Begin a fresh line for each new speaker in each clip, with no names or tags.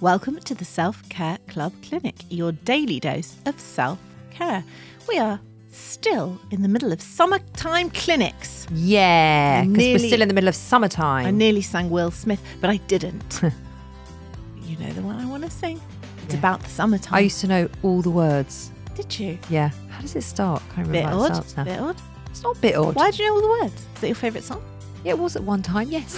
Welcome to the Self Care Club Clinic, your daily dose of self care. We are still in the middle of summertime clinics.
Yeah, because we're
Nearly-
still in the middle of
I
summertime.
nearly sang Will Smith, but I didn't. you know the one I want to sing? It's
Yeah.
about the summertime.
I used to know all the words.
Did you?
Yeah. How does it start? Can't
Bit
remember how it
odd.
starts now.
Bit odd.
It's not a bit odd.
Why do you know all the words? Is it your favourite song?
Yeah, it was at one time, yes.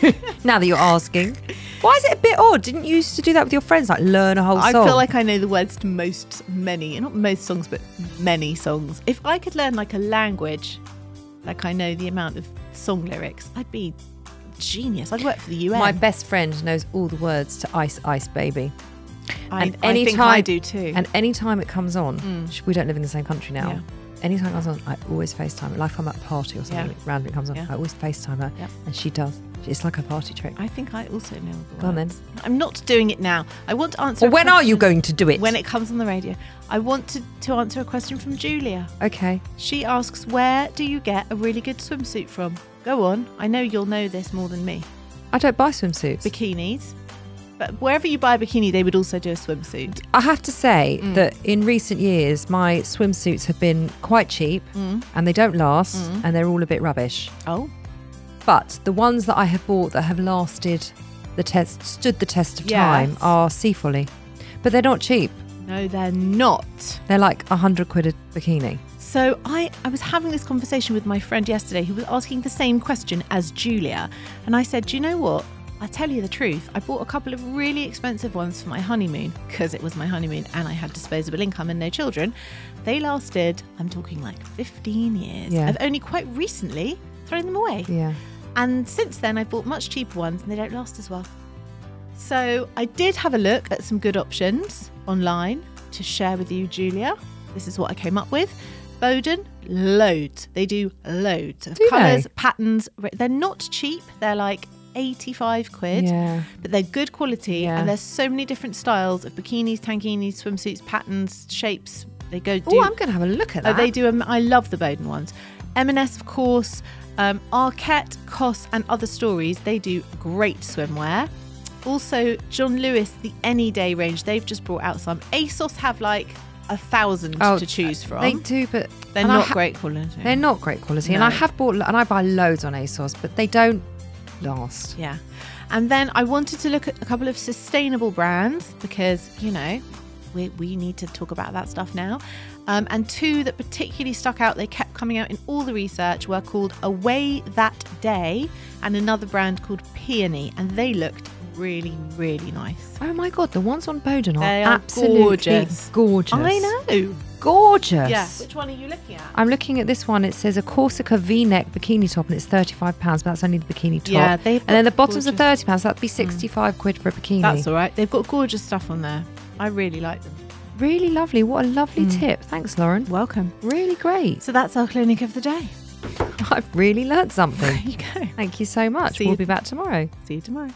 now that you're asking. Why is it a bit odd? Didn't you used to do that with your friends? Like learn a whole
I
Oh, song?
feel like I know the words to most, many, not most songs, but many songs. If I could learn like a language, like I know the amount of song lyrics, I'd be genius. I'd work for the UN.
my best friend knows all the words to Ice Ice Baby.
I,
and
I
any
think
time-
I do too. Hmm.
And any time it comes on, sh- we don't live in the same country now.
Yeah.
Anytime it comes on, I always FaceTime. her. Like if I'm at a party or something,
Yeah.
random it comes on,
Yeah.
I always FaceTime her.
Yeah.
And she does. It's like a party trick.
I think I also know all the
Go on then.
words. I'm not doing it now. I want to answer.
Well,
a
when are you
question
going to do it?
When it comes on the radio. I want to, to answer a question from Julia.
okay.
She asks, Where do you get a really good swimsuit from? Go on. I know you'll know this more than me.
I don't buy swimsuits.
bikinis. But wherever you buy a bikini, they would also do a swimsuit.
I have to say
Mm.
that in recent years, my swimsuits have been quite cheap
Mm.
and they don't last and they're all a bit rubbish.
Oh,
But the ones that I have bought that have lasted the test, stood the test of
Yes.
time are Sea Folly. But they're not cheap.
no, they're not.
They're like a 100 quid a bikini.
So I, I was having this conversation with my friend yesterday who was asking the same question as Julia. And I said, Do you know what? I tell you the truth, I bought a couple of really expensive ones for my honeymoon because it was my honeymoon and I had disposable income and no children. They lasted, I'm talking like 15 years.
Yeah.
I've only quite recently thrown them away.
Yeah.
And since then, I've bought much cheaper ones and they don't last as well. So I did have a look at some good options online to share with you, Julia. This is what I came up with. Bowden, loads. They do loads of
Do they?
colours, patterns. They're not cheap. They're like 85 quid,
Yeah.
but they're good quality.
Yeah.
And there's so many different styles of bikinis, tankinis, swimsuits, patterns, shapes. They go do
Oh, I'm going to have a look at
Oh,
that.
they do. Um, I love the Bowden ones. M&S, of course, um, Arquette, Cos, and other stories. They do great swimwear. Also, John Lewis, the Any Day range. They've just brought out some. ASOS have like a thousand to choose from.
Oh, uh, They do, but
They, are
and I
not
ha-
great quality.
They're not great quality, and
No.
I have bought lo- and I buy loads on ASOS, but they don't last.
Yeah. And then I wanted to look at a couple of sustainable brands because, you know, we, we need to talk about that stuff now. Um, and two that particularly stuck out, they kept coming out in all the research, were called Away That Day and another brand called Peony. And they looked really, really nice.
Oh my god, the ones on Bowden are,
They are
absolutely
gorgeous.
gorgeous.
I know.
gorgeous.
Yeah. Which one are you looking at?
I'm looking at this one. It says a Corsica V-neck bikini top, and it's thirty-five pounds, but that's only the bikini top.
Yeah, they've
and then the
got
bottoms are
gorgeous- Mm.
thirty pounds. That'd be sixty-five quid for a bikini.
That's all right. They've got gorgeous stuff on there. I really like them.
really lovely. What a lovely
Mm.
tip. Thanks, Lauren.
Welcome.
Really great.
So that's our clinic of the day.
I've really learnt
There
something.
you go.
Thank you so much.
See
we'll
you-
be back tomorrow.
See you tomorrow.